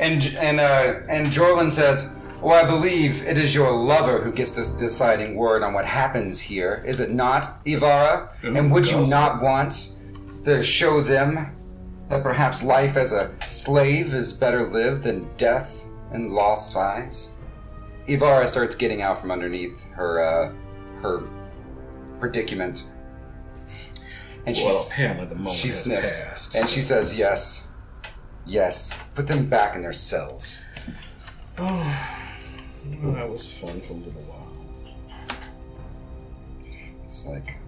and and uh, and Jorlin says, "Well, I believe it is your lover who gets this deciding word on what happens here, is it not, Ivara? and would you
Ooh,
not want to show them that perhaps life as a slave is better lived than death in lost eyes?" Ivara starts getting out from underneath her uh, her predicament, and
Well,
she's
apparently the moment
she
has
sniffs
passed,
and
so-
she says, "Yes, yes. Put them back in their cells."
Well, that was fun for a little while.
It's like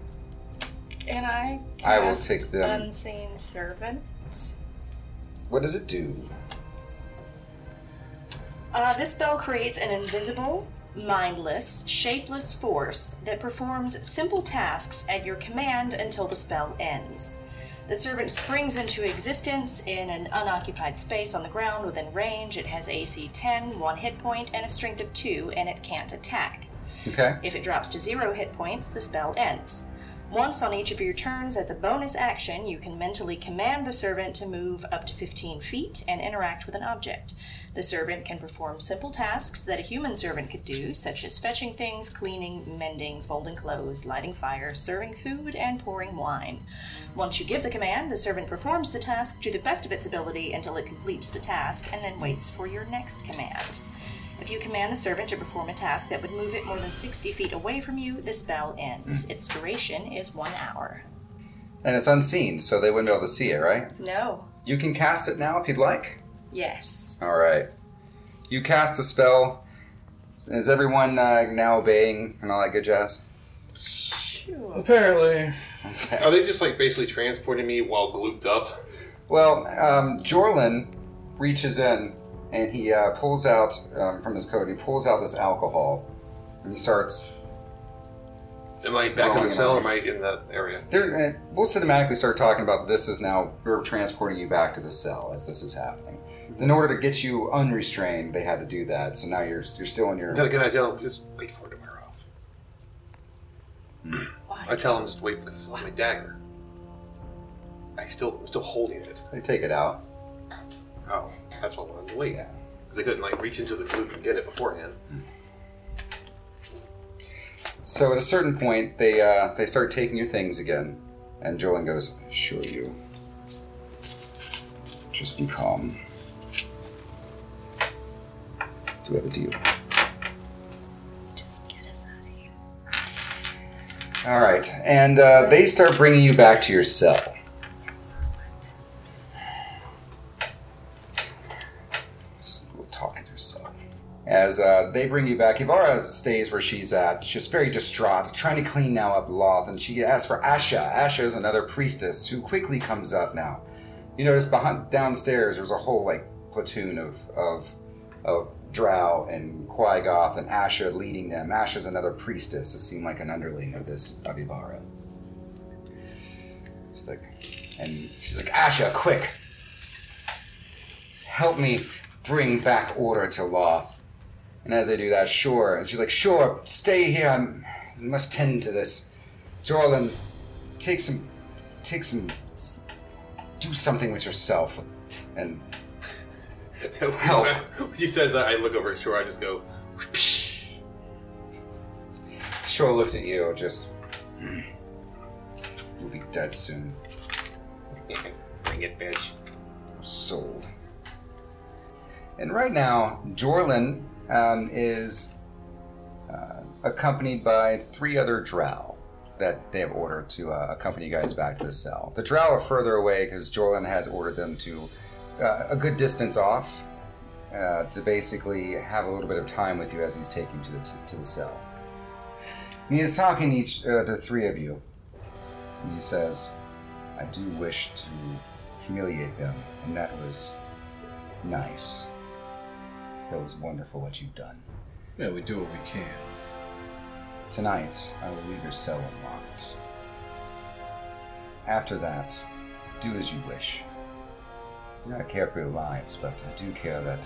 And I cast
I will take them.
unseen servant.
What does it do?
Uh, this spell creates an invisible, mindless, shapeless force that performs simple tasks at your command until the spell ends. The servant springs into existence in an unoccupied space on the ground within range. It has AC 10, 1 hit point, and a strength of 2, and it can't attack.
Okay.
If it drops to zero hit points, the spell ends. Once on each of your turns, as a bonus action, you can mentally command the servant to move up to 15 feet and interact with an object. The servant can perform simple tasks that a human servant could do, such as fetching things, cleaning, mending, folding clothes, lighting fire, serving food, and pouring wine. Once you give the command, the servant performs the task to the best of its ability until it completes the task and then waits for your next command. If you command the servant to perform a task that would move it more than 60 feet away from you, the spell ends. Its duration is one hour.
And it's unseen, so they wouldn't be able to see it, right?
No.
You can cast it now if you'd like.
Yes.
All right. You cast a spell. Is everyone uh, now obeying and all that good jazz?
Sure.
Apparently,
Are they just like basically transporting me while glooped up?
Well, um, Jorlin reaches in and he uh, pulls out um, from his coat. He pulls out this alcohol and he starts.
Am I back in
Wrong.
the cell? Or am I in that area?
There, uh, we'll cinematically start talking about this is now we're transporting you back to the cell as this is happening. In order to get you unrestrained, they had to do that. So now you're you're still in your.
I got a good idea. I'll Just wait for it to wear off. I
Why?
tell him just wait with this- my dagger. I still, I'm still holding it.
They take it out.
Oh, that's what I wanted to wait.
Yeah.
Because I couldn't like reach into the glue and get it beforehand.
So at a certain point, they uh, they start taking your things again, and Jolin goes, "Sure, you. Just be calm. Do we have a deal?"
Just get us out of here.
All right, and uh, they start bringing you back to your cell. Just a little talk to yourself. As uh, they bring you back, Ivara stays where she's at. She's very distraught, trying to clean now up Loth, and she asks for Asha. Asha is another priestess who quickly comes up now. You notice behind downstairs there's a whole like platoon of of of Drow and Qui Goth and Asha leading them. Asha's another priestess that seemed like an underling of this of Ivara. She's like, and she's like, Asha, quick, help me bring back order to Loth. And as they do that, sure, and she's like, sure, stay here. I'm, I must tend to this. Jorlin, take some, take some, do something with yourself. And Help.
when she says that, I look over at Shore. I just go,
Shore looks at you, just. You'll be dead soon.
bring it, bitch.
Sold. And right now, Jorlin um, is uh, accompanied by three other drow that they have ordered to uh, accompany you guys back to the cell. The drow are further away because Jorlin has ordered them to uh, a good distance off uh, to basically have a little bit of time with you as he's taking you to the, to the cell. And he is talking each uh, to three of you. And he says, I do wish to humiliate them, and that was nice. That was wonderful what you've done.
yeah, we do what we can.
Tonight, I will leave your cell unlocked. After that, do as you wish. I do not care for your lives, but I do care that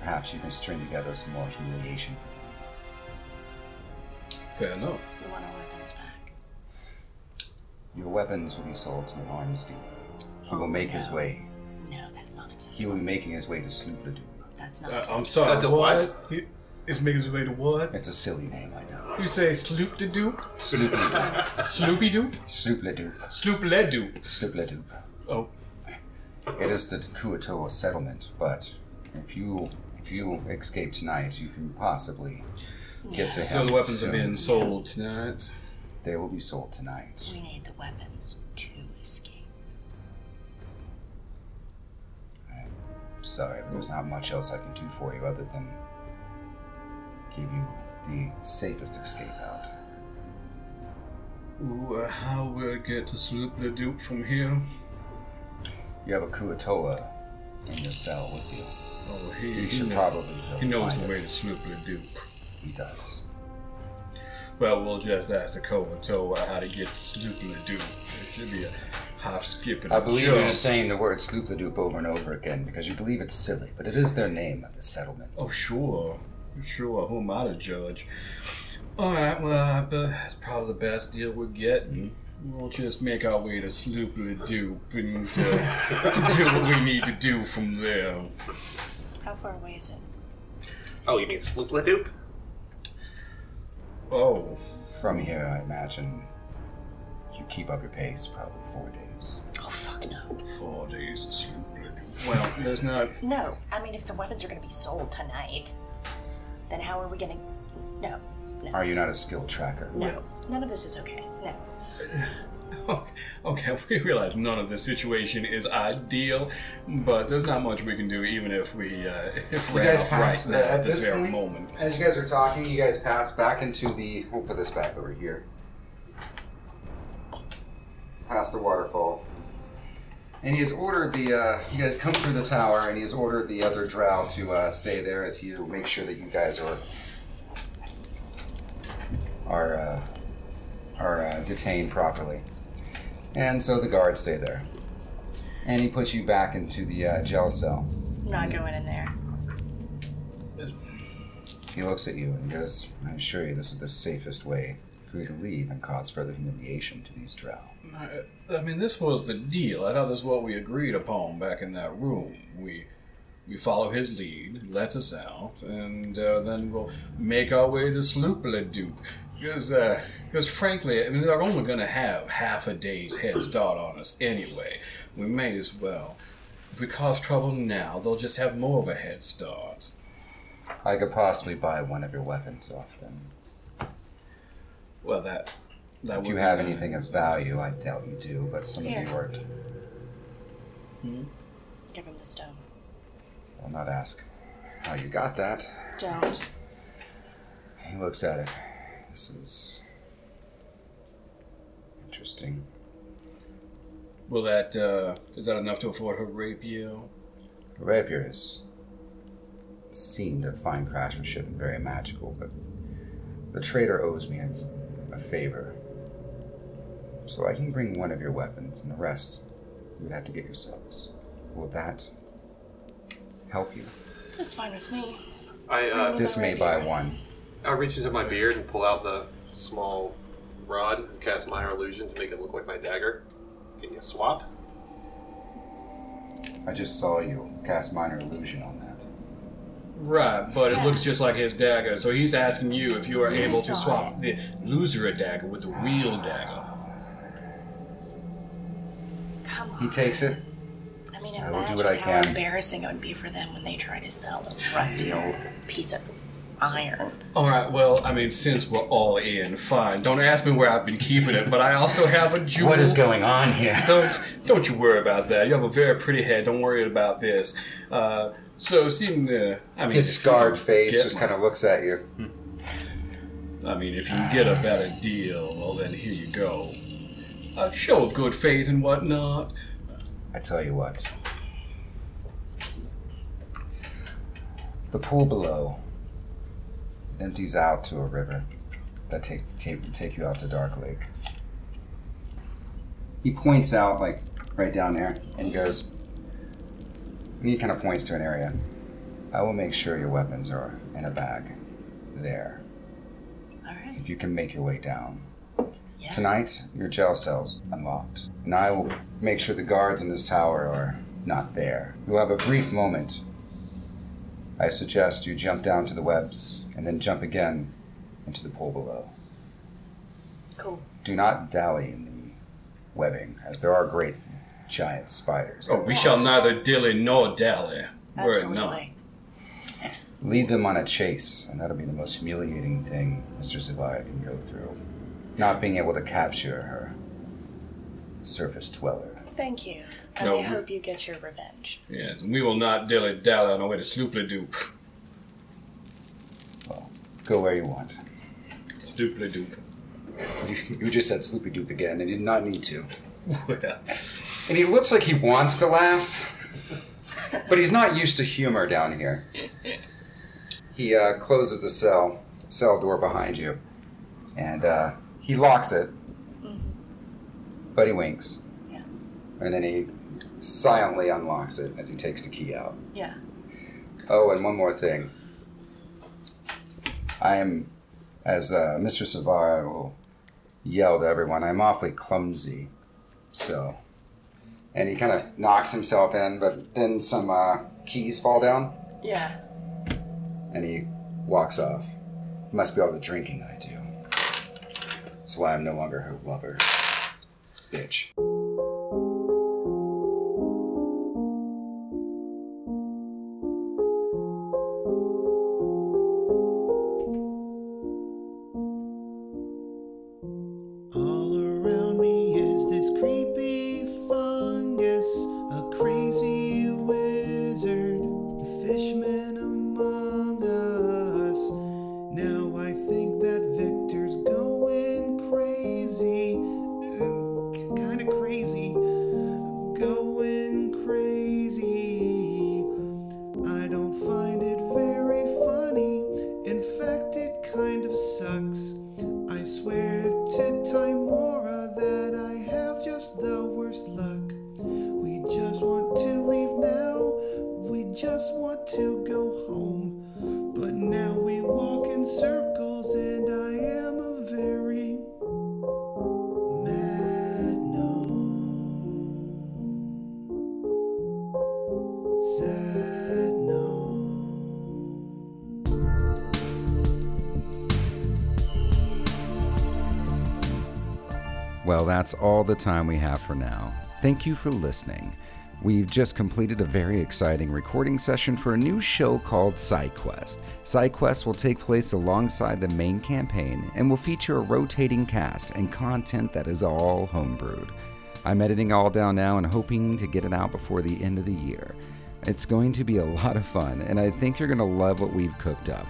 perhaps you can string together some more humiliation for them.
Fair enough.
We want our weapons back.
Your weapons will be sold to an arms dealer. He will make his way.
No, that's not acceptable.
He will be making his way to Sloop Ledoux.
That's not
Uh,
acceptable.
I'm sorry.
Cut the what?
He- It's making his way to what?
It's a silly name, I know.
You say Sloop de Doop?
Sloop Ledoux.
Sloopy Doop?
Sloop Ledoux.
Sloop Led Doop.
Sloop Ledoux.
Oh,
It is the Kuatoa settlement, but if you if you escape tonight, you can possibly get to him.
so the weapons
soon.
are being sold tonight.
They will be sold tonight.
we need the weapons to escape.
Sorry, but there's not much else I can do for you other than give you the safest escape out.
Ooh, uh, how will I get to Sloop the Doop from here?
You have a Kuatoa in your cell with you.
Oh, he,
You
he
should
know-
probably go
He knows
find
the way
it.
to Sloop the Doop.
He does.
Well, we'll just ask the Koatoa how to get to Sloop the Doop. It should be a hop, skip, and
I
a
believe
jump.
you're just saying the word Sloop the Duke over and over again because you believe it's silly, but it is their name at the settlement.
Oh, sure. Sure. Who am I to judge? All right. Well, I bet that's probably the best deal we're getting.
Mm-hmm.
We'll just make our way to Sloopla Doop and uh, do what we need to do from there.
How far away is it?
Oh, you mean Sloopla Doop?
Oh,
From here, I imagine you keep up your pace probably four days.
Oh fuck no.
four days to Sloopla Doop. Well, there's not.
No, I mean if the weapons are gonna be sold tonight, then how are we gonna? No,
Are you not a skilled tracker?
no, none of this is okay. No.
Okay, we realize none of this situation is ideal, but there's not much we can do, even if we uh, if we
guys
right
pass
now
that at
at this
this
very
point?
moment.
As you guys are talking, you guys pass back into the. We'll put this back over here. Past the waterfall. And he has ordered the. Uh, you guys come through the tower, and he has ordered the other drow to uh, stay there as he will make sure that you guys are. are. Uh, are uh, detained properly. And so the guards stay there. And he puts you back into the uh, jail cell.
I'm not going in there.
He looks at you and goes, I assure you, this is the safest way for you to leave and cause further humiliation to these drow.
I, I mean, this was the deal. I thought this is what we agreed upon back in that room. We we follow his lead, he lets us out, and uh, then we'll make our way to Sloopla Duke. Because, uh, frankly, I mean, they're only going to have half a day's head start on us anyway. We may as well. If we cause trouble now, they'll just have more of a head start.
I could possibly buy one of your weapons off them.
Well, that that
If you
would
have
be
anything
nice.
of value, I doubt you do, but some of you
Here.
are.
Give him the stone.
I'll not ask how you got that.
Don't.
He looks at it. This is. interesting.
Will that uh, is that enough to afford her rapier?
The rapiers seemed of fine craftsmanship and very magical, but the trader owes me a, a favor. So I can bring one of your weapons, and the rest you would have to get yourselves. Will that help you?
That's fine with me.
I uh,
This may buy one.
I reach into my beard and pull out the small rod and cast minor illusion to make it look like my dagger. Can you swap?
I just saw you cast minor illusion on that.
Right, but it
Yeah.
looks just like his dagger. So he's asking you if you are
You
able
saw
to swap the loser dagger with the real dagger.
Come
He
on.
takes it.
I mean,
So I will
imagine
do what I
how
can.
embarrassing it would be for them when they try to sell a rusty old piece of iron.
All right. Well, I mean, since we're all in, fine. Don't ask me where I've been keeping it, but I also have a jewel.
What is going on here?
Don't don't you worry about that. You have a very pretty head. Don't worry about this. Uh, so seeing the, I mean,
His
if you
scarred
can
face
get
just
one-
kind of looks at you.
I mean, if you get a better deal, well, then here you go. A show of good faith and whatnot.
I tell you what. The pool below empties out to a river that take, take take you out to Dark Lake. He points out like right down there and goes and he kind of points to an area. I will make sure your weapons are in a bag there.
All right.
If you can make your way down.
Yeah.
Tonight, your jail cell's unlocked, and I will make sure the guards in this tower are not there. You'll have a brief moment. I suggest you jump down to the webs and then jump again into the pool below.
Cool.
Do not dally in the webbing, as there are great giant spiders.
Oh, we shall neither dilly nor dally. We're not.
Absolutely.
Lead them on a chase, and that'll be the most humiliating thing Mr. Zavaya can go through. Not being able to capture her surface dweller.
Thank you. And
No,
I
we-
hope you get your revenge.
Yes, and we will not dilly dally on our way to Sloopla Doop.
Well, go where you want.
Sloopla Doop.
You just said Sloopy Doop again, and you did not need to.
Well,
And he looks like he wants to laugh, but he's not used to humor down here. He uh, closes the cell cell door behind you, and uh, he locks it. But he winks,
Yeah.
and then he silently unlocks it as he takes the key out.
Yeah.
Oh, and one more thing. I am, as uh, Mr. Savara will
yell to everyone, I'm awfully clumsy. So. And he kind of knocks himself in, but then some uh, keys fall down
Yeah.
and he walks off. must be all the drinking I do. That's why I'm no longer her lover. Bitch.
All around me is this creepy fungus, a crazy wizard, a fishman among us. Now I think that Victor's going crazy, kind of crazy, going crazy. I don't find it very funny. In fact, it kind of sucks. I swear to Timora that I have just the worst luck. We just want to leave now. We just want to go home. But now we walk in circles, and I am a very mad gnome. Sad no.
Well, that's all the time we have for now. Thank you for listening. We've just completed a very exciting recording session for a new show called SideQuest. SideQuest will take place alongside the main campaign and will feature a rotating cast and content that is all homebrewed. I'm editing all down now and hoping to get it out before the end of the year. It's going to be a lot of fun, and I think you're going to love what we've cooked up.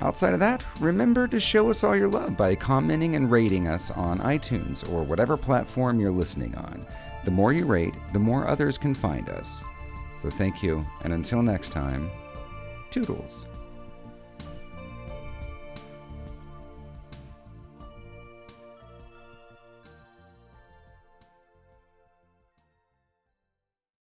Outside of that, remember to show us all your love by commenting and rating us on iTunes or whatever platform you're listening on. The more you rate, the more others can find us. So thank you, and until next time, Toodles.